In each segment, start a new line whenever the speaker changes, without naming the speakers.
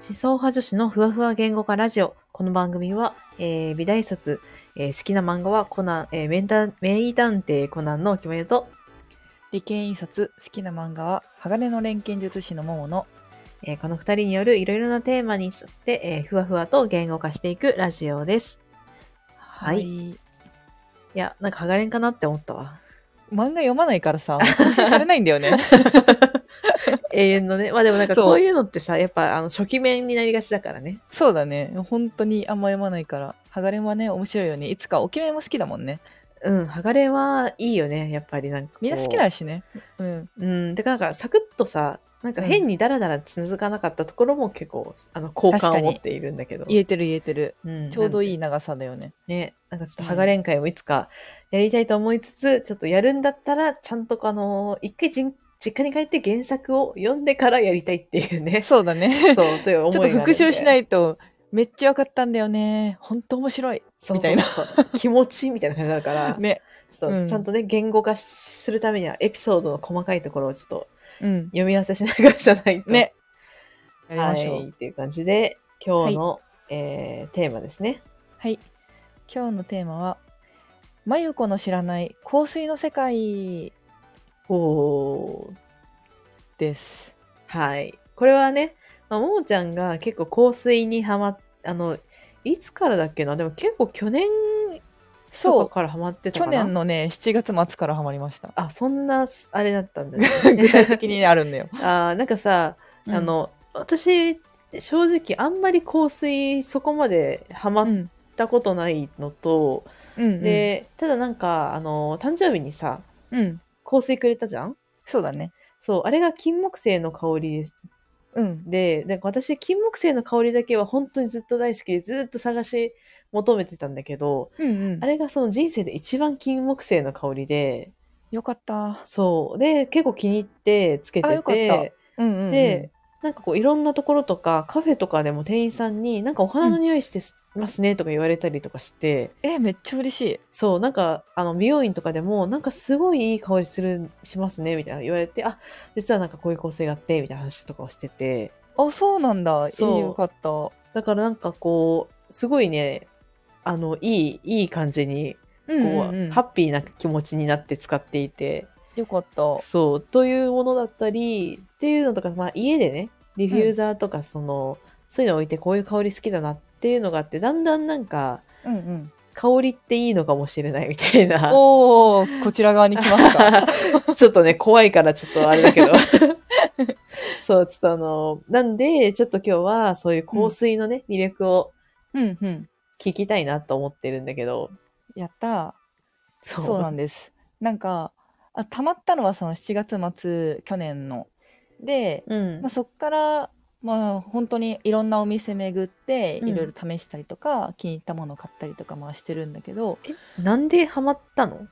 思想派女子のふわふわ言語化ラジオ。この番組は、えー美大卒、えー好きな漫画はコナン、えー名探名探偵コナンのお決まりと、
理系印刷好きな漫画は鋼の錬金術師の桃の
えーこの二人によるいろいろなテーマに沿って、えーふわふわと言語化していくラジオです。はい
い
いや、なんか剥がれんかなって思ったわ。
漫画読まないから さ更新されないんだよね
永遠のね。まあでもなんか
そう
こういうのってさ、やっぱあの初期面になりがちだからね。
そうだね本当にあんま読まないから鋼はね面白いよねいつかお決めも好きだもんね
うん、剥がれはいいよね、やっぱりなんかこう。
みんな好きだしねうん
うん、てかなんかサクッとさ、なんか変にダラダラ続かなかったところも結構、あの、好感を持っているんだけど。
言えてる言えてる
うん、
ちょうどい
い。
い長さだよね
ね、なんかちょっとハガレン会をいつかやりたいと思いつつ、ちょっとやるんだったら、ちゃんとあの、一回じん実家に帰って原作を読んでからやりたいっていうね。
そうだ ねちょ っ
そう、という思い
と復習しないいとめっちゃ分かったんだよね本当面白い
み
み
た
た
い
い
な。
な
そうそうそう気持ちみたいな感じだから、
ね
ちょっ
う
と
ん
ちゃんとね、言語化しするためにはエピソードの細かいところをちょっと
うん
読み合わせしながらじゃないと。
ねやりましょう、
はい、っていう感じで、今日の、えーテーマですね。
はい。今日のテーマは、まゆこの知らない香水の世界
お
です。
はい。これはね、まあ、ももちゃんが結構香水にハマっあの、いつからだっけなでも結構去年
そ
と
う
か。からハマってた
去
かな。
年のね、7月末からハマりました
あ、そんな、あれだったんだね。
具体 的にあるんだよ。
あーなんかさ、
うん
あ、の、私、正直あんまり香水そこまでハマ
う
っ
ん。
たことないのと、
うん、
で、ただなんか、あの、誕生日にさ、
うん、うん。
香水くれたじゃん
そうだね。
そう、あれが金木犀の香りです
うん。
で、なんか私、金木犀の香りだけは本当にずっと大好きで、ずっと探し求めてたんだけど、
うんうん。
あれがその人生で一番金木犀の香りで、
よかった。そう。
で、結構気に入ってつけ
あ
て
よかった
て、
うんうん、うん。
で、、なんかこういろんなところとか、カフェとかでも店員さんに、なんかお花の匂いしてますねとか言われたりとかして、
え、めっちゃ嬉しい。
そう、なんか、あの、美容院とかでも、なんかすごいいい香りする、しますね、みたいな言われて、あ、実はなんかこういう香水があって、みたいな話とかをしてて、
あ、そうなんだ。
そう
いいよかった。う
だからなんかこう、すごいね、あの、いい、いい感じに、こう、ハ
は
ッピーな気持ちになって使っていて、
よかった。
そう、というものだったり、っていうのとか、まあ家でね、ディフューザーとか、その、そういうの置いてこういう香り好きだなっていうのがあって、だんだんなんか、
うんうん。
香りっていいのかもしれないみたいな。
おー、こちら側に来ます か。
ちょっとね、怖いからちょっとあれだけ ど。そう、ちょっとあの、なんで、ちょっと今日はそういう香水のね、魅力を
うんうん。
聞きたいなと思ってるんだけど。
やったー。
そ
そうなんです。なんかあたまったのはその7月末去年ので、
うん
まあ、そっから、まあ、本当にいろんなお店巡って
うん
いろいろ試したりとか、気に入ったものを買ったりとかまあしてるんだけど
なんでハマったの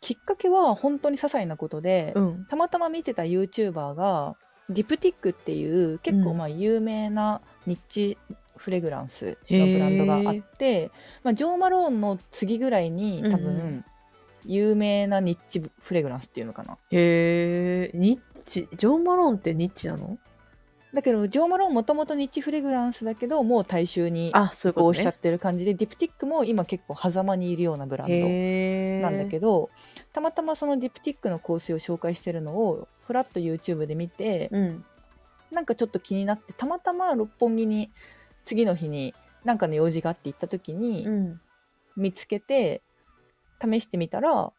きっかけは本当に些細なことで、
ん。
たまたま見てた YouTuber がディプティックっていう結
う
構
ん
まあ有名なニッチフレグランスのブランドがあって、まあ、ジョー・マローンの次ぐらいに多
うんう
分有名なニッチフレグランスっていうのかな
へえ、ニッチ、ジョー・マローンってニッチなの
だけどジョー・マローンもともとニッチフレグランスだけどもう大衆に
あ、そういう
移
こ
行
と
しちゃ
ね
っ。てる感じで、ディプティックも今結構狭間にいるようなブランド
へ
なんだ
ど。
けどたまたまそのディプティックの香水を紹介してるのをフラッと YouTube で見て、
うん。
なんかちょっと気になってたまたま六本木に次の日になんかの用事があって行った時に
うん。
見つけて試してみたら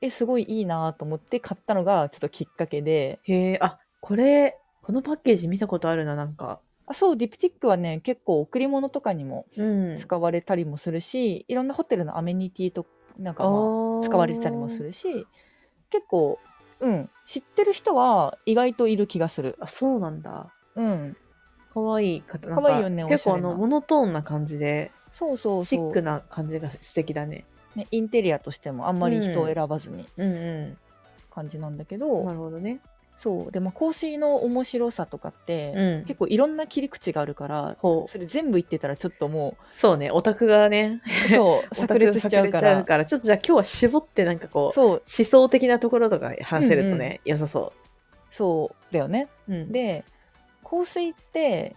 えすごいいいなと思って買ったのがちょっときっかけで
へえ、あ、これ、このパッケージ見たことあるな、なんか。
あそうディプティックはね結構贈り物とかにも
うん
使われたりもするし、いろんなホテルのアメニティとなんかまあ使われてたりもす。るし結構、うん、知ってる人は意外といる気がする。
あーあ、そうなんだ。
うん、
可愛い方なん
可愛いよね
結構
お
あ
しゃれな
のモノトーンな感じで
そうそうそう
シックな感じが素敵だね
ね、インテリアとしてもあんまり人を選ばずに
うんう
感じなんだけど、
なるほどね
そうでも香水の面白さとかって、
うん
結構いろんな切り口があるから
こう
それ全部言ってたらちょっとも
そうねオタクがね
うそう 炸裂しちゃう
オタクが炸裂
か
しちゃ
ら
うからちょっとじゃあ今日は絞ってなんかこう
そう
思想的なところとか話せるとね、良さそ
そうだよね。
う、うん、
で香水って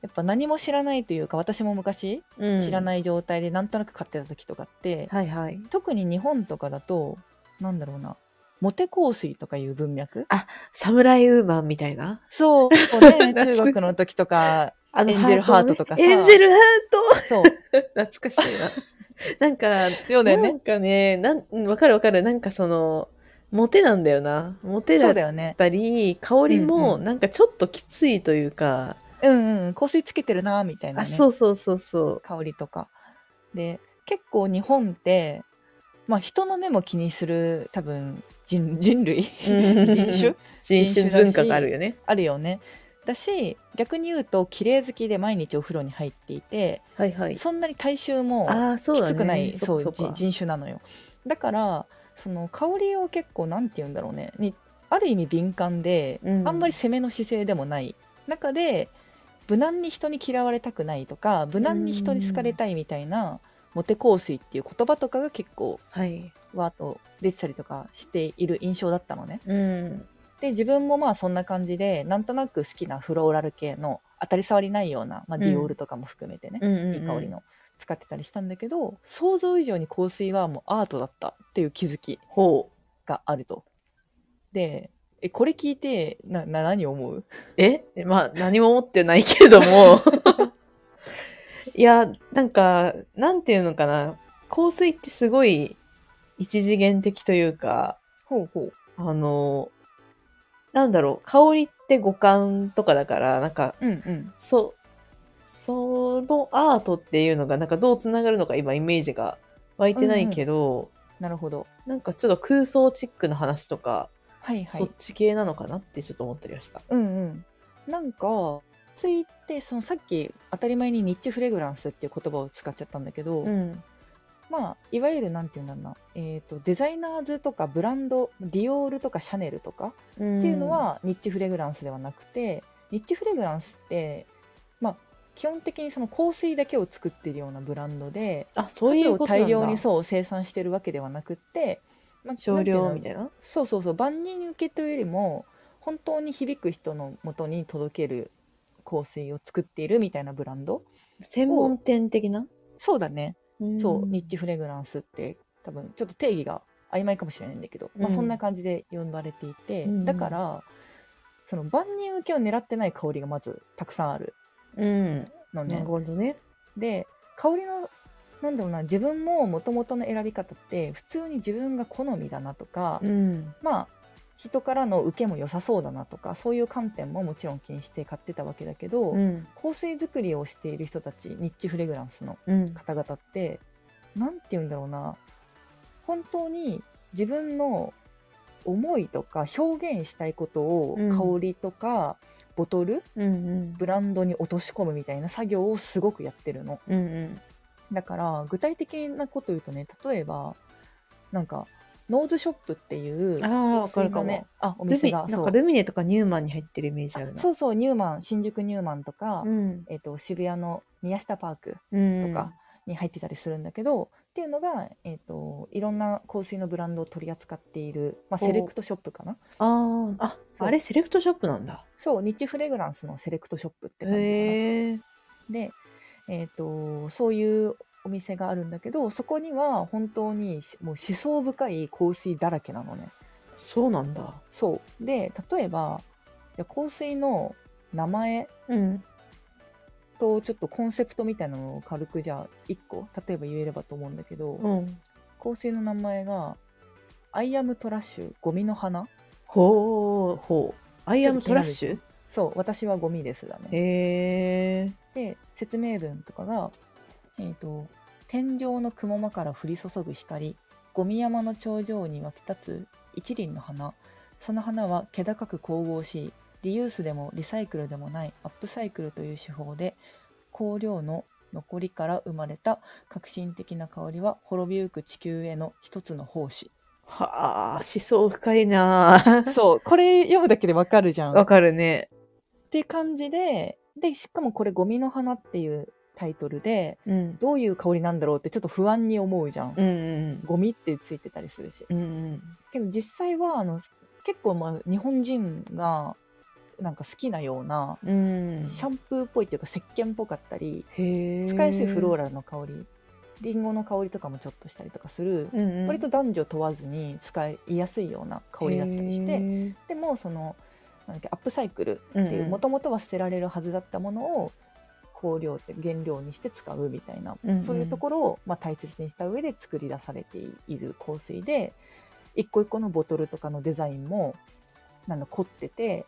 やっぱ何も知らないというか私も昔
うん
知ら
い。
ない状態でなんとなく買ってた時とかって、
はいはい。
特に日本とかだとなんだろうなモテ香水とかいう文脈
サムライウーマンみたいな。
そう ね中学の時とか
あ
エンジェルハートとかさ
エンジェルハート
そう
懐かしいな。 なんか、
そうだよ
な
ね
んかね、なん、うんわかるわかる。なんかその、モテなんだよな。モテだ
そう
っ
だよね
たり、香りも
うん
なんかちょっときついというか、
うんうん香水つけてるなみたいな、
あ、
ね、
そうそうそうそう。
香りとかで結構日本ってまあ人の目も気にする多分人人類
うん
人種
人種
人種だし
文化があるよね。
あるよねだし逆に言うと綺麗好きで毎日お風呂に入っていて
はいはい。
そんなに体臭も
ああ、そう
き
だね。
つくないそう
そっかそっ
じ
か
人種なのよだからその香りを結構なんて言うんだろうねにある意味敏感で、
うん
あんまり攻めの姿勢でもない中で無難に人に嫌われたくないとか無難に人に好かれたいみたいな、モテ香水っていう言葉とかが結構
はい。
わーっと出てたりとかしている印象だったのね。
うん。
で自分もまあそんな感じでなんとなく好きなフローラル系の当たり障りないような、まあ、
うん
ディオールとかも含めてね、
うんうんうん
いい香りの使ってたりしたんだけど想像以上に香水はもうアートだったっていう気づき
ほう。
があると。でえこれ聞いてなな何思う
えまあ、何も持ってないけれど も。いや、なんか、なんていうのかな。香水ってすごい一次元的というか、
ほうほう。
あの、なんだろう、香りって五感とかだから、なんか、
うんうん。
そ、そのアートっていうのが、なんかどうつながるのか今イメージが湧いてないけど、
なるほど。
なんかちょっと空想チックな話とか、
はいは
そっ
い。
ち系なのかなってちょっと思ったりました。
うんうん。なんかついてそのさっき当たり前にニッチフレグランスっていう言葉を使っちゃったんだけど、
ん。
まあ、いわゆるなんていうんだろうな、えー、とデザイナーズとかブランドディオールとかシャネルとか
って
っていうの、はニッチフレグランスではなくて、ニッチフレグランスって、まあ、基本的にその香水だけを作っているようなブランドで
あ、そういう
数
こと
を
なんだ
大量にそう生産してるわけではなくって、まあ
少量みた
ない
な。
そうそうそう万人に受けというよりも本当に響く人のもとに届ける香水を作っているみたいなブランド
専門店的な
そうだねそう、ニッチ
フ
フレグランスって多分ちょっと定義が曖昧かもしれないんだけど、ま
う
あ、
ん
そんな感じで呼ばれていて、
うんうん
だからその万人受けを狙ってない香りがまずたくさんある
うん。な
の
る
ね。
ほどね。
で香りのなんだろうな自分も元々の選び方って普通に自分が好みだなとか、
うん。
まあ人からの受けも良さそうだなとかそういう観点ももちろん気にして買ってたわけだけど、
うん。
香水作りをしている人たちニッチフレグランスの
うん。
方々って何て言うんだろうな本当に自分の思いとか表現したいことを
うん
香りとかボトル、
うん。うん。
ブランドに落とし込むみたいな作業をすごくやってるの
うんうん。
だから具体的なこと言うとね例えばなんかノーズショップっていう
あーわかる
香水
かも
のねあお
ル
店
ミ、
が
なん
そ
か
う
ルミネとかニューマンに入ってるイメージあるな。
そうそうニューマン新宿ニューマンとか、
うん。
えっと渋谷の宮下パーク
うん。
とか。に入ってたりするんだけど、っていうのが、えー、といろんな香水のブランドを取り扱っている、まあ、
ほう
セレクトショップかな
あーあ、
そう
あれセレクトショップなんだ。
そうニッチフレグランスのセレクトショップって感じかな、
へえ。
で、えー、とそういうお店があるんだけどそこには本当にもう思想深い香水だらけなのね
そうなんだ。
そうで例えばいや香水の名前
うん。
とちょっとコンセプトみたいなのを軽くじゃあ1個例えば言えればと思うんだけど、
うん。
香水の名前が「アイアムトラッシュゴミの花
ほうほう。アイアムトラッシ
ち
ュ」
そう「私はゴミです」だね。
へえ。
で説明文とかが「えー、と天井の雲間から降り注ぐ光ゴミ山の頂上に湧き立つ一輪の花その花は気高く神々しいリユースでもリサイクルでもないアップサイクルという手法で香料の残りから生まれた革新的な香りは滅びゆく地球への一つの奉仕
はあ、思想深いなぁ
そうこれ読むだけでわかるじゃん
わかるね。
って感じででしかもこれ「ゴミの花」っていうタイトルで
うん。
どういう香りなんだろうってちょっと不安に思うじゃん、
うんうん
ゴミってついてたりするし
うん。うん
けど実際はあの結構まあ日本人がなんか好きなような
うん。
シャンプーっぽいっていうか石鹸っぽかったり
へえ。
使いやすいフロー
ラ。
ラルの香りりんごの香りとかもちょっとしたりとかする、
うんうん、
割と男女問わずに使いやすいような香りだったりして
へ
でもそのなんだっけアップサイクル
え。
っていうも
元
ともとは捨てられるはずだったものを香料って原料にして使うみたいな、
うんうん
そういうところをまあ大切にした上で作り出されている香水で一個一個のボトルとかのデザインもなんか凝ってて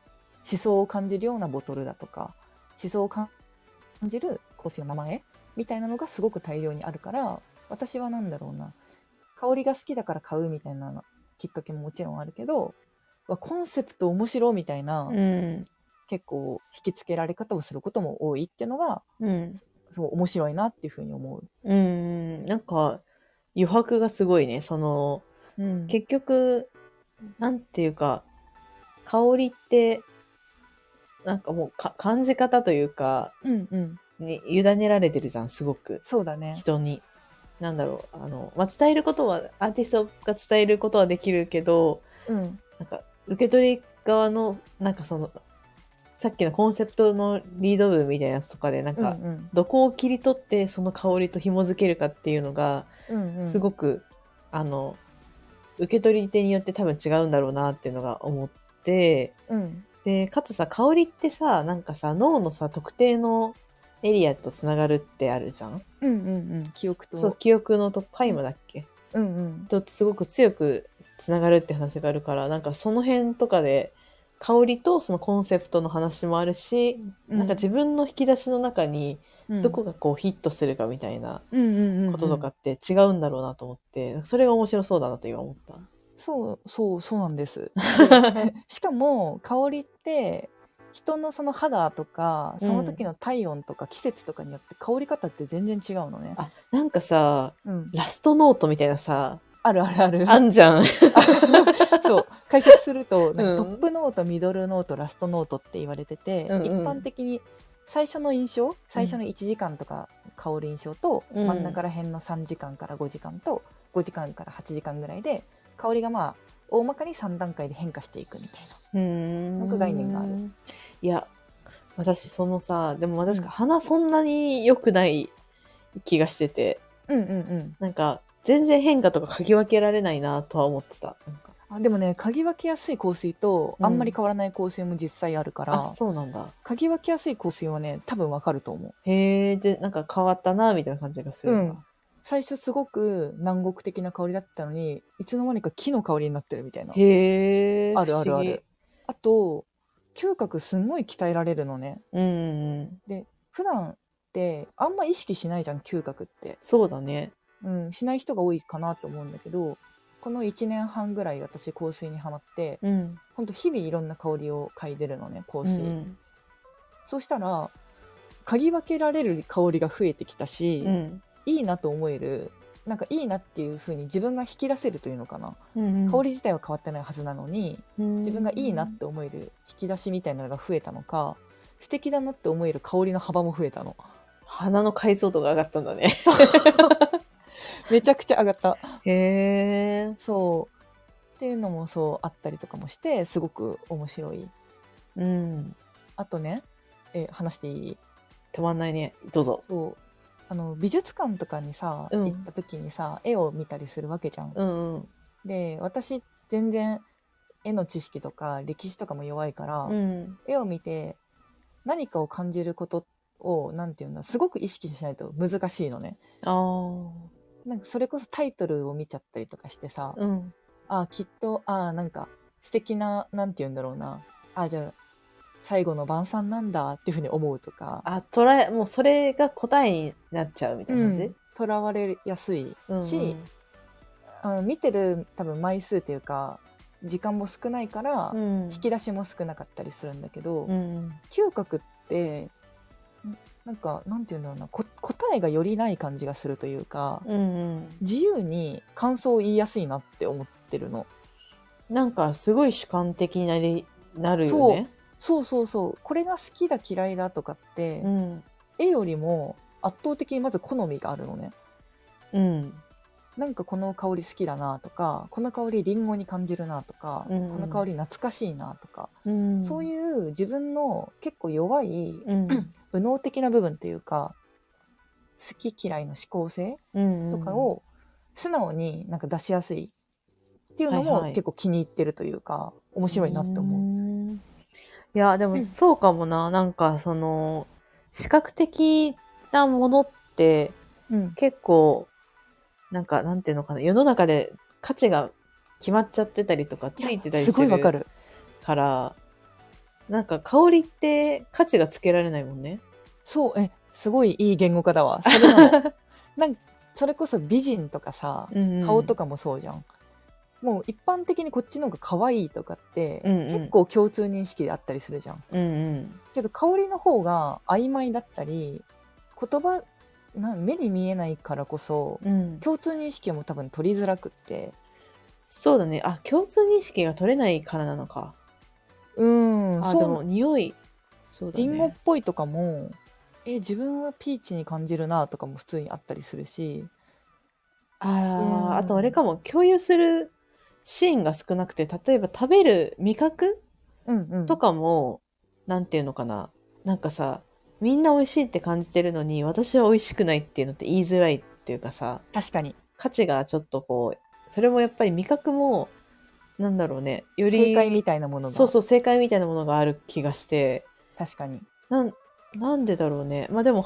思想を感じるようなボトルだとか思想を感じる香水の名前みたいなのがすごく大量にあるから私は何だろうな香りが好きだから買うみたいなのきっかけももちろんあるけどわコンセプト面白いみたいな。
うん。
結構引きつけられ方をすることも多いっていうのが
うん。
すごい面白いなっていうふうに思う。
うん。なんか、余白がすごいね。その、結局、なんていうか、香りって、なんかもうか感じ方というか、
うんうん、
に委ねられてるじゃん、すごく。
そうだね。
人に。なんだろう。あの、まあ、伝えることは、アーティストが伝えることはできるけど、
うん、
なんか、受け取り側の、なんかその、さっきのコンセプトのリード部みたいなやつとかで、なん
うんう
か、
ん
どこを切り取ってその香りと紐づけるかっていうのが、
うんうん、
す
い
ごく、あの、受け取り手によって多分違うんだろうなっていうのが思って、
うん
で、かつさ、香りってさ、なんかさ、脳のさ、特定のエリアとつながるってあるじゃん
うんうんうん、記憶と
そう、記憶のとこ、皆無だっけ、
うんうん、
とすごく強くつながるって話があるから、なんかその辺とかで、香りとそのコンセプトの話もあるし、なんか自分の引き出しの中に
分
どこがこうヒットするかみたいな
こ
こととかって違うんだろうなと思って、それが面白そうだなと今思った。
そうそうそうなんです。で しかも香りって人のその肌とかその時の体温とか季節とかによって香り方って全然違うのね。
あ、なんかさ、
うん、
ラストノートみたいなさ、
あるあるある。
あんじゃん。
そう解説するとなんか
うん
トップノート、ミドルノートラストノートって言われてて、
うんうん
一般的に最初の印象最初の1時間とか香る印象と、
うん
真ん中ら辺の3時間から5時間と5時間から8時間ぐらいで香りがまあ大まかに3段階で変化していくみたい
うん
なんか概念がある。
いや、私そのさ、でも私
うん
鼻そんなに良くない気がしてて、
な。うんうん
なんか全然変化とか嗅ぎ分けられないなとは思ってた。なんか
うん、あでもね嗅ぎ分けやすい香水と
うん
あんまり変わらない香水も実際あるから、
あ、そうなんだ。
嗅ぎ分けやすい香水はね多分わかると思う。
へえ、で、なんか変わったな、みたいな感じがするんだ。
うん最初すごく南国的な香りだったのにいつの間にか木の香りになってるみたいな。
へえ、
あるある
不
あ
思議
る。。あと、嗅覚すんごい鍛えられるのね。
うんうん。
普段ってあんま意識しないじゃん、嗅覚って。
そうだね。
うん、しない人が多いかなと思うんだけど、この1年半ぐらい私香水にハマって、
うん。
ほんと日々いろんな香りを嗅いでるのね、香
うんう
水。
ん
そうしたら、嗅ぎ分けられる香りが増えてきたし、
うん
いいなと思える、なんかいいなっていう風に自分が引き出せるというのかな。
うんうん。
香り自体は変わってないはずなのに、自
自
分がいいなって思える引き出しみたいなのが増えたのか素敵だなって思える香りの幅も増えたの
鼻の解像度が上がったんだ ね。
めちゃくちゃ上がった
へえ。
そうっていうのもそうあったりとかもしてすごく面白い
うん。
あとねえ話していい
止まんないね。どうぞ。
そうあの美術館とかにさ、
うん
行った時にさ絵を見たりするわけじゃん、
うんうん。
で私全然絵の知識とか歴史とかも弱いから、
うん。
絵を見て何かを感じることをなんていうんだすごく意識しないと難しいのね
ああ。
なんかそれこそタイトルを見ちゃったりとかしてさ、
うん。
あきっとあなんか素敵ななんて言うんだろうなあじゃあ最後の晩餐なんだっていうふうに思うとか
あ、捉え、もうそれが答えになっちゃうみたいな感じ、
とらわれやすい
うん、
し、あの見てる多分枚数というか時間も少ないから、
うん、
引き出しも少なかったりするんだけど、
うん。
嗅覚ってんなんかなんて言うんだろうなこ答えがよりない感じがするというか
うんうん。
自由に感想を言いやすいなって思ってるの。
なんかすごい主観的になり、なるよね。
そうそうそうこれが好きだ嫌いだとかって、
うん。
絵よりも圧倒的にまず好みがあるのね
うん。
なんかこの香り好きだなとかこの香りりんごに感じるなとか、
うんうん
この香り懐かしいなとか、
うん
そう
う、
いう自分の結構弱い
うん、
無能的な部分っていうか好き嫌いの思考性
うん
とかを素直になんか出しやすいっていうの
はい
も
はい
結構気に入ってるというか面
面
白いなって思う。
うーん。いや、で
うん
もそうかもな。なんか、その、視覚的なものって
うん
結構、なんか、なんていうのかな。世の中で価値が決まっちゃってたりとか、ついてたり
す
す
ごいわか
る
る。
から、なんか香りって価値がつけられないもんね。
そうえすごいいい言語化だわ。それな のなんかそれこそ美人とかさ顔と
か。
かもそうじゃん。もう一般的にこっちの方が可愛いとかって、
うんうん
結構共通認識であったりするじゃん。
うんうん。
けど香りの方が曖昧だったり言葉なん目に見えないからこそ
うん、
共通認識も多分取りづらくって
そうだね。あ、共通認識が取れないからなのか。
うん
あ、
そう
でも匂い。そうだね。
リンゴっぽいとかも、え自分はピーチに感じるなとかも普通にあったりするしうん
ああ、あとあれかも、共有するシーンが少なくて、例えば食べる味覚
うんうん
とかも、なんていうのかな。なんかさ、みんな美味しいって感じてるのに、私は美味しくないっていうのって言いづらいっていうかさ、
確かに
価値がちょっとこう、それもやっぱり味覚も、なんだろうね、より、
正解みたいなものが
そうそう、正解みたいなものがある気がして、
確かに
なん、なんでだろうね。まあでも、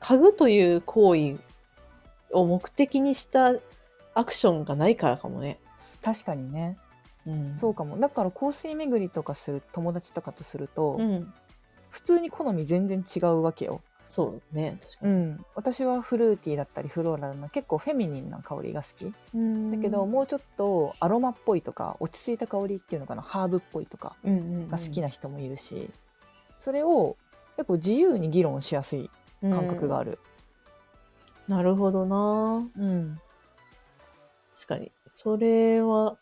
嗅ぐという行為を目的にしたアクションがないからかもね。
確かにね、
うん
そうかもだから香水巡りとかする友達とかとすると、
うん、
普通に好み全然違うわけよ、
そうね確か
う
に、
ん、私はフルーティーだったりフローラルな結構フェミニンな香りが好きだけど、もうちょっとアロマっぽいとか落ち着いた香りっていうのかなハーブっぽいとか
うんうんうん
が好きな人もいるし、それを結構自由に議論しやすい感覚があ
る、
る。
うんなるほどな
うん、
確かにそれは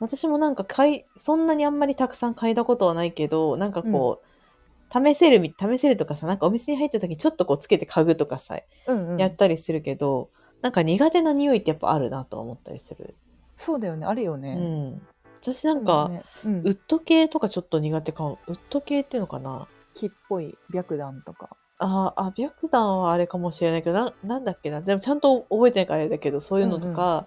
私もなんか買いそんなにあんまりたくさん嗅いだことはないけどなんかこう、試せるみ試せるとかさなんかお店に入った時にちょっとこうつけて嗅ぐとかさ、
うんうん
やったりするけどなんか苦手な匂いってやっぱあるなとは思ったりする、
そうだよね、あるよ
う
ね。
ん、私なんか、
ねうん
ウッド系とかちょっと苦手かもウッド系っていうのかな
木っぽい白檀とか。
あーあ、白檀はあれかもしれないけど、ななんだっけな。でもちゃんと覚えてないからあれだけど、そういうのとか、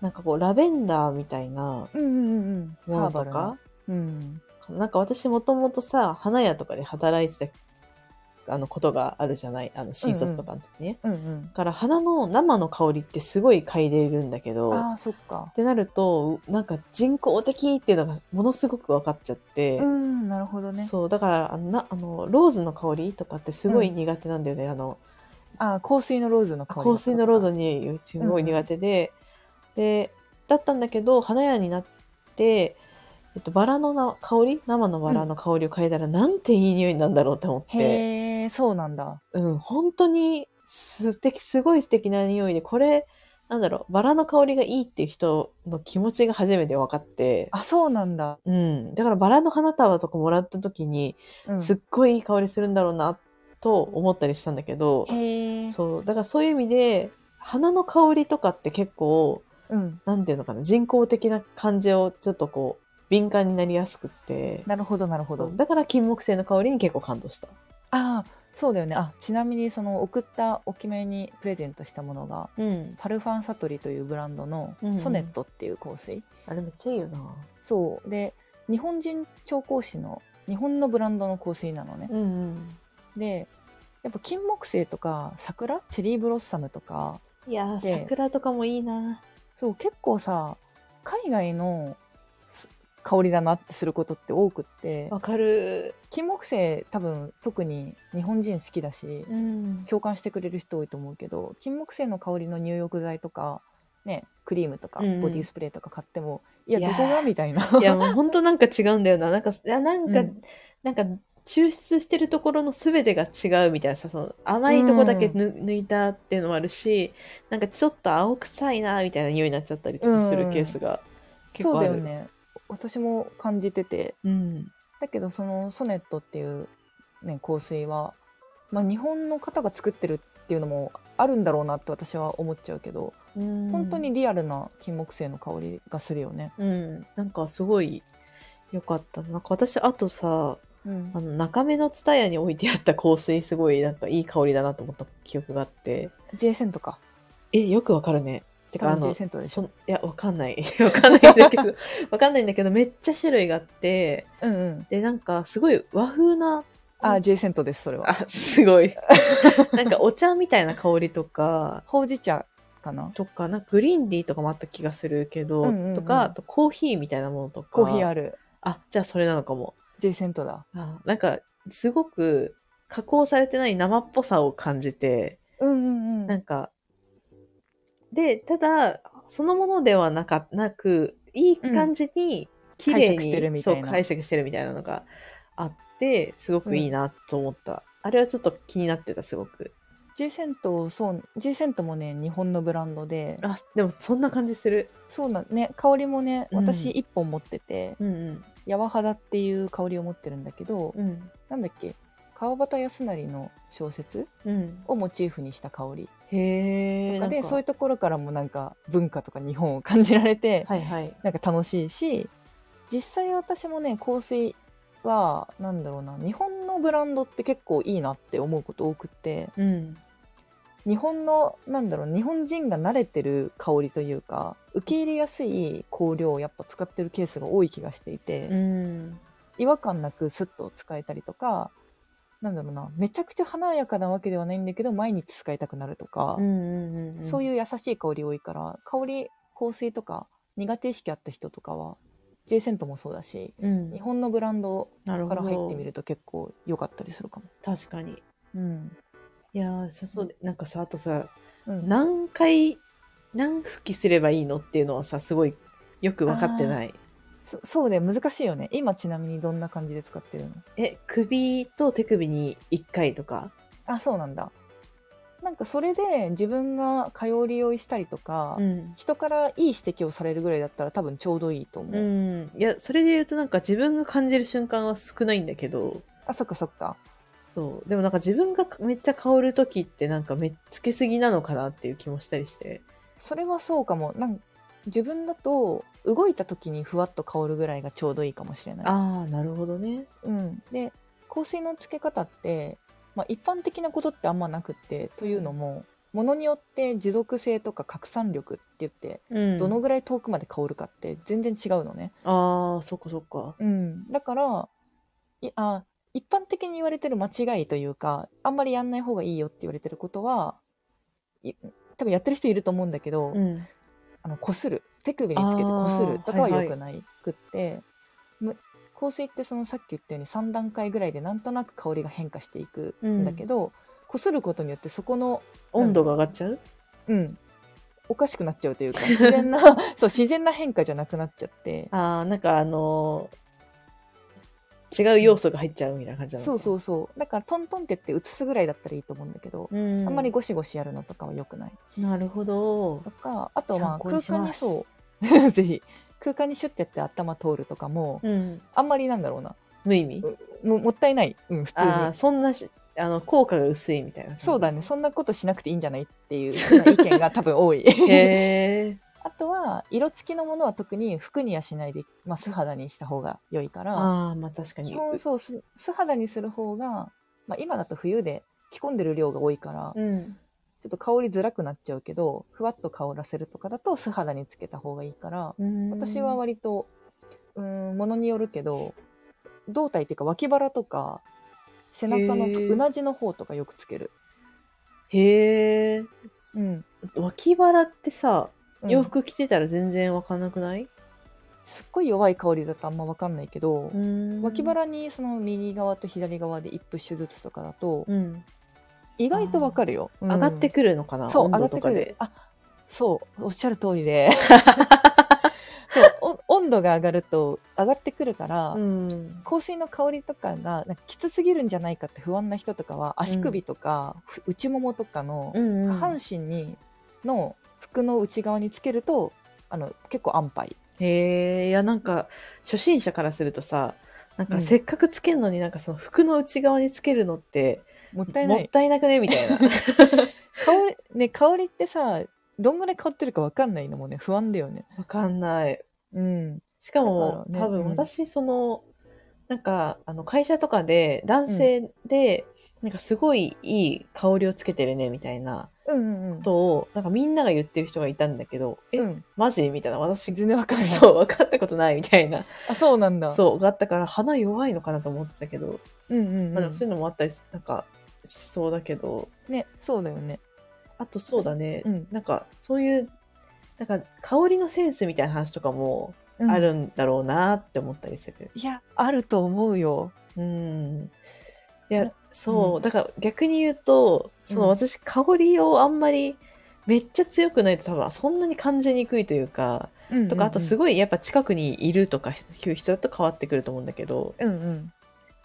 なんかこう、ラベンダーみたいな
うんうん
も
ハ
の
ーバ
と
ル
か
な。。うん。
なんか私もともとさ、花屋とかで働いてた、あの、ことがあるじゃない。あの、診察とかの時ね。
うんうん
だ。から、花の生の香りってすごい嗅いでるんだけど、っ
ああ、そっか。
てなると、なんか人工的っていうのがものすごく分かっちゃって、
うん、なるほどね。
そう、だから、あのなあの、ローズの香りとかってすごい苦手なんだよね。あの、
ああ、香水のローズの香り。
香水のローズ。にすごい苦手で、でだったんだけど花屋になって、えっと、バラのな香り生のバラの香りを嗅いだら、なんていい匂いなんだろうって思って、
へえ、そうなんだ。
うん、本当に素敵すごい素敵な匂いでこれなんだろうバラの香りがいいっていう人の気持ちが初めて分かって。
あ、そうなんだ。
うん、だからバラの花束とかもらった時に、
うん、
すっごいいい香りするんだろうなと思ったりしたんだけど、
へえ。
そう、だからそういう意味で、花の香りとかって結構、
うん。
なんていうのかな、人工的な感じをちょっとこう、敏感になりやすくって、
なるほど、なるほど。
だから金木犀の香りに結構感動した。
ああ、そうだよね。あ、ちなみにその送ったお決めにプレゼントしたものが、
うん。
パルファンサトリというブランドの
うんうん
ソネットっていう香水、
あれめっちゃいいよな。
そうで日本人調香師の日本のブランドの香水なのね、
うん
でやっぱ金木犀とか桜チェリーブロッサムとか
うん。いやー、
で
桜とかもいいな。
そう結構さ海外のす香りだなってすることって多くって
わかる。
金木犀多分特に日本人好きだし
うん。
共感してくれる人多いと思うけど金木犀の香りの入浴剤とかねクリームとか
うんうん
ボディスプレーとか買っても、いや
いや
ど
ー
こがみたい ない
や、もう本当なんか違うんだよな。なんか、いやなんか、
うん
なんか、抽出してるところの全てが違うみたいなさ、その甘いとこだけぬ、抜いたっていうのもあるし、なんかちょっと青臭いなみたいな匂いになっちゃったりとかす
う
る
ん
ケースが結
そう
構あ
だ
る。
よね私も感じてて
うん。
だけどそのソネットっていう、ね、香水は、まあ、日本の方が作ってるっていうのもああるんだろうなって私は思っちゃうけど、
本
本当にリアルな金木犀の香りがするよね。
うん、なんかすごい良かった。なんか私、あとさ、
うん
あの中目のツタヤに置いてあった香水、すごいなんかいい香りだなと思った記憶があって、
J セントか。
え、よくわかるね。てか、あ
多分
の、
J セントでし
そんいや、わかんない。 わかんないんだ けど、わかんないんだけど、めっちゃ種類があって、
うんうん。
で、なんかすごい和風な、
あ、J セントですそれは
あ。、すごい。 なんかお茶みたいな香りとか、
ほうじ茶かな。
とか、なんかグリーンティーとかもあった気がするけど、
うんうんうん
とか、あとコーヒーみたいなものとか。
コーヒーある。
あ、じゃあそれなのかも。
J セントだ。
あなんか、すごく加工されてない生っぽさを感じて、
うんうん
なんか、で、ただ、そのものではなかなく、いい感じに、綺麗に、
解釈してるみたいな
そう、解釈してるみたいなのがあって、すごくいいなと思った。あれはちょっと気になってた、すごく。
J セントそう。J セントもね日本のブランドで。
あ、でもそんな感じする。
そうなんね香りもね
うん
私一本持ってて、
うん
ヤワハダっていう香りを持ってるんだけど、
うん。うん。
なんだっけ川端康成の小説
うん。
をモチーフにした香り
へ
と
え。
かで、
なんか
そういうところからもなんか文化とか日本を感じられて、
はいはい。
なんか楽しいし実際私もね香水はなんだろうな日本のブランドって結構いいなって思うこと多くって
うん。
日本のなんだろう日本人が慣れてる香りというか受け入れやすい香料をやっぱ使ってるケースが多い気がしていて、
うん。
違和感なくスッと使えたりとかなんだろうなめちゃくちゃ華やかなわけではないんだけど毎日使いたくなるとか
うんう、んうん。
そう
う
いう優しい香り多いから香り香水とか苦手意識あった人とかは J セントもそうだし
ん。
日本のブランド
なるほ
か
ど。
ら入ってみると結構良かったりするかも。
確かに。
うん
いやーさそうでなんかさあとさ
うん、
何回何拭きすればいいのっていうのはさすごいよく分かってない
そそうね難しいよね今ちなみにどんな感じで使ってるの
え首と手首に1回とか
あそうなんだなんかそれで自分が通り酔いしたりとか、
うん、
人からいい指摘をされるぐらいだったら多分ちょうどいいと思
う
う、
ん、いやそれで言うとなんか自分が感じる瞬間は少ないんだけど
あそっかそっか
そうでもなんか自分がめっちゃ香る時ってなんかめっつけすぎなのかなっていう気もしたりして
それはそうかもなん自分だと動いた時にふわっと香るぐらいがちょうどいいかもしれない、
ああなるほどね
うん、で香水のつけ方って、まあ、一般的なことってあんまなくってというのもものによって持続性とか拡散力って言って
うん
どのぐらい遠くまで香るかって全然違うのね、
ああそっかそっか
うん、だからいあ一般的に言われてる間違いというかあんまりやんない方がいいよって言われてることはい多分やってる人いると思うんだけど、
うん
あの擦る手首につけて擦るとかは良くないくって、む香水ってそのさっき言ったように3段階ぐらいでなんとなく香りが変化していくんだけど、擦ることによってそこの、
温度が上がっちゃう
うん、おかしくなっちゃうというか自然 なそう自然な変化じゃなくなっちゃって。
ああなんかあのー違う要素が入っちゃうみたいな感じなの
そうそううそうだからトントンってって移すぐらいだったらいいと思うんだけど、
うん、
あんまりゴシゴシやるのとかは良くない
なるほど
とかあとま
参
あ
考に
空
し
間
ま
に
す
そう ぜひ空間にシュッてやって頭通るとかも、
うん
あんまりなんだろうな
無意味
ももったいない、うん、普通に
ああそんなしあの効果が薄いみたいな感じ
そうだねそんなことしなくていいんじゃないって いうような意見が多分多い
へえ
あとは色付きのものは特に服にはしないで、まあ、素肌にした方が良いから
ああまあ確か
基
に
本そうす素肌にする方が、まあ、今だと冬で着込んでる量が多いから、
うん
ちょっと香りづらくなっちゃうけどふわっと香らせるとかだと素肌につけた方がいいから
うん
私は割とうんものによるけど胴体っていうか脇腹とか背中の
へー
うなじの方とかよくつける、
へえ、
うん
脇腹ってさ
うん
洋服着てたら全然わかんなくない、
すっごい弱い香りだとあんま分かんないけど、
うん
脇腹にその右側と左側で1プッシュずつとかだと
うん、
意外と分かるよ、
上がって
く
くるのかな、
そう
温
上が
度
って
と
く
か
る
で
あそうおっしゃる通 りでそうお温度が上がると上がってくるから、
うん
香水の香りとかがなんかきつすぎるんじゃないかって不安な人とかは足首とか、ふ内ももとかの
うん
下
うん
半身にの服の内側につけるとあの結構安牌
へえいやなんか初心者からするとさなん
う
か
ん
せっかくつけるのになんかその服の内側につけるのって
もったいな
もっ
い
たいなくねみたいな
香りね香りってさどんぐらい香ってるかわかんないのもね不安だよね
わかんない。
うん
しかも、
だからね
多
う
分
ん
私、その、なんか、あの、会社とかで、男性で、なんかすごいいい香りをつけてるね、みたいな
うんうんうん
ことを、なんかみんなが言ってる人がいたんだけど、え、
うん
マジみたいな、私、
全然わかんない
そう、分かったことない、みたいな、
あそうなんだ
そう、があったから、鼻弱いのかなと思ってたけど、
ううんうん、うん
まあでもそういうのもあったりす、なんか、しそうだけど、
ねそうだよね
あとそうだね、
うん
なんか、そういう、なんか、香りのセンスみたいな話とかも、あるんだろうなって思ったりする。
いやあると思うよ
うん。いや
な、
そう、
うん
だから逆に言うと、その
うん
私、香りをあんまり、めっちゃ強くないと多分そんなに感じにくいというか、とか、あとす
ごい
ごいやっぱ近くにいるとかいう人だと変わってくると思うんだけど、
うんうん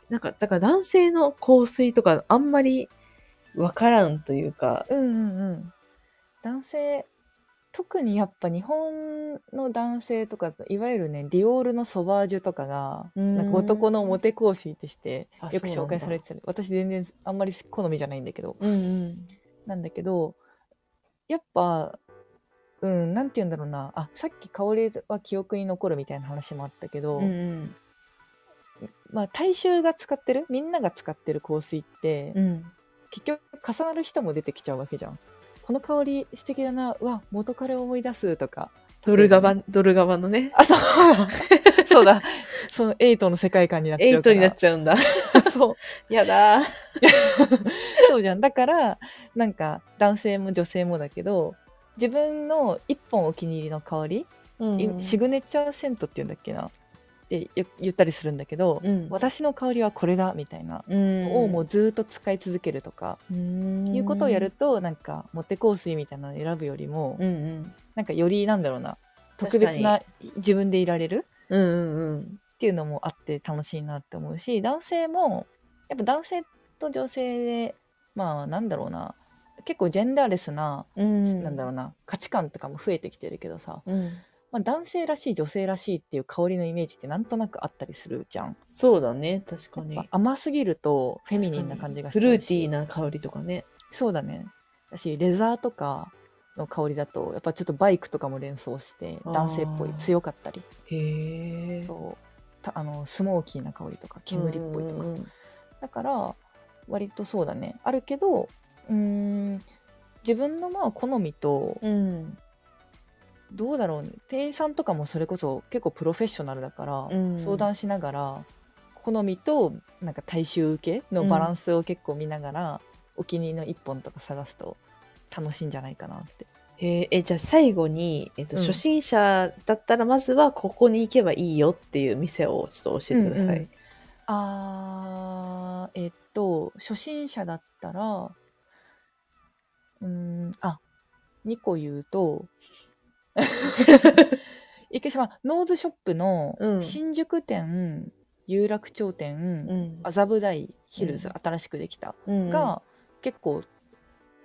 なんか、だから男性の香水とかあんまりわからんというか、
うんうんうん男性特にやっぱ日本の男性とかいわゆるねディオールのソバージュとかが
うーん
なんか男のモテ香水として
あ
よく
そうなんだ
紹介されてたり私全然あんまり好みじゃないんだけど
うんうん。
なんだけどやっぱうんなんて言うんだろうなあさっき香りは記憶に残るみたいな話もあったけど、
うんうん。
まあ大衆が使ってるみんなが使ってる香水って、
うん。
結局重なる人も出てきちゃうわけじゃんこの香り素敵だなうわ元彼を思い出すとか
ドルガ
例え
バ
ばね、
ドルガバのね、
あそうだそうだそのエイトの世界観になっち
エ
ゃ
イ
うか
ト
ら
になっちゃうん だ。
そう
やだー。
そうじゃんだからなんか男性も女性もだけど自分の一本お気に入りの香り、
うん
いシグネチャーセントっていうんだっけなってよ言ったりするんだけど、
うん。
私の香りはこれだみたいな
うん
をもうずーっと使い続けるとか、い
いう
ことをやるとなんかモテ香水みたいなのを選ぶよりも、
うんうん
なんかよりなんだろうな特
確か
別
に
な自分でいられる
うんうん
っていうのもあって楽しいなって思うし男性もやっぱ男性と女性でまあなんだろうな結構ジェンダーレスな、
うん
なんだろうな価値観とかも増えてきてるけどさ、
う、ん、
まあ、男性らしい女性らしいっていう香りのイメージってなんとなくあったりするじゃん。
そうだね確かに
やっぱ甘すぎるとフェミニンな感じがし
フ
ちゃ
ル
う
ーティー
な
な香りとかね
そうだねだしレザーとかの香りだとやっぱちょっとバイクとかも連想して
あー
男性っぽい強かったり
へえ
そうたあのスモーキーな香りとか煙っぽいとか、だから割とそうだねあるけどうーん自分のまあ好みと
うん
どうだろう、ね、店員さんとかもそれこそ結構プロフェッショナルだから、
うん
相談しながら好みとなんか大衆受けのバランスを結構見ながら、お気に入りの一本とか探すと楽しいんじゃないかなって。
へーえじゃあ最後に、えっと
うん
初心者だったらまずはここに行けばいいよっていう店をちょっと教えてください、
うんうんあーえっと初心者だったらうーんあ2個言うと池島ノーズショップの
うん
新宿店、有楽町店
うん
麻布台ヒルズ、
うん
新しくできた、
うん
が結構、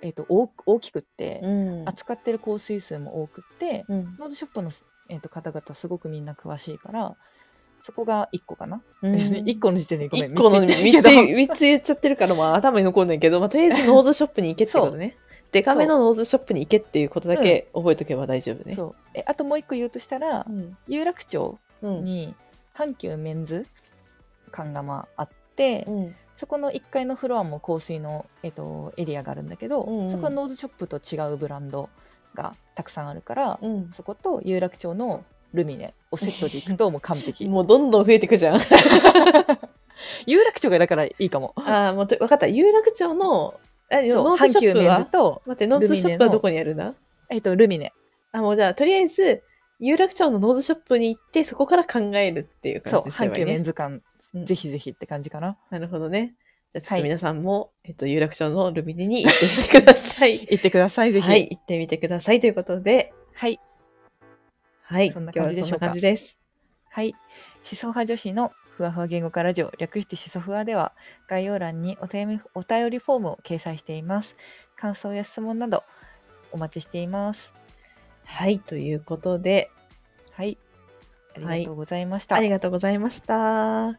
えっと大く大きくって、
うん
扱ってる香水数も多くって、
うん
ノーズショップの、えっと方々すごくみんな詳しいからそこが1個かな。
うん
別に1個の 時点でごめん
一個の
三つ
3
言っ
つ
てるけど
三つ言っちゃってるから、まあ、頭に残んないけど、まあ、とりあえずノーズショップに行けってことね。デカめのノーズショップに行けっていうことだけ覚えとけば大丈夫ね。
そうえあともう1個言うとしたら、
うん。
有楽町
うん。
に阪急メンズ館がまああって、
うん。
そこの1階のフロアも香水の、えっと、エリアがあるんだけど、
うんうん
そこはノーズショップと違うブランドがたくさんあるから、
うん
そこと有楽町のルミネをセットで行くともう完璧
もうどんどん増えてくじゃん。
有楽町がだからいいかも
ああ、もうと、わかった。有楽町の、え、
そう
ノーズ
阪
ショ
急
ップ
メンズ
は
と,、
待って、ノーズショップはどこにあるんだ
えっとルミネ
あ、もうじゃあ、とりあえず、有楽町のノーズショップに行って、そこから考えるっていう
そ
感
う
じすれ
阪
ばいい
急メン
ね。
ズ館、
うん
ぜひぜひって感じかな
なるほどね。じゃあ、ちょっ
は
と
い
皆さんも、えっと、有楽町のルミネに行ってみてください。
行ってくださいぜひ
はい、行ってみてくださいということで、
はい
はい、
そんな感じでしょうか
今日はこんな感じです。
はい。思想派女子のふわふわ言語化ラジオ、略して思想ふわでは、概要欄にお便りお便りフォームを掲載しています。感想や質問など、お待ちしています。
はい、ということで、
はい。ありがとうございました。
ありがとうございました。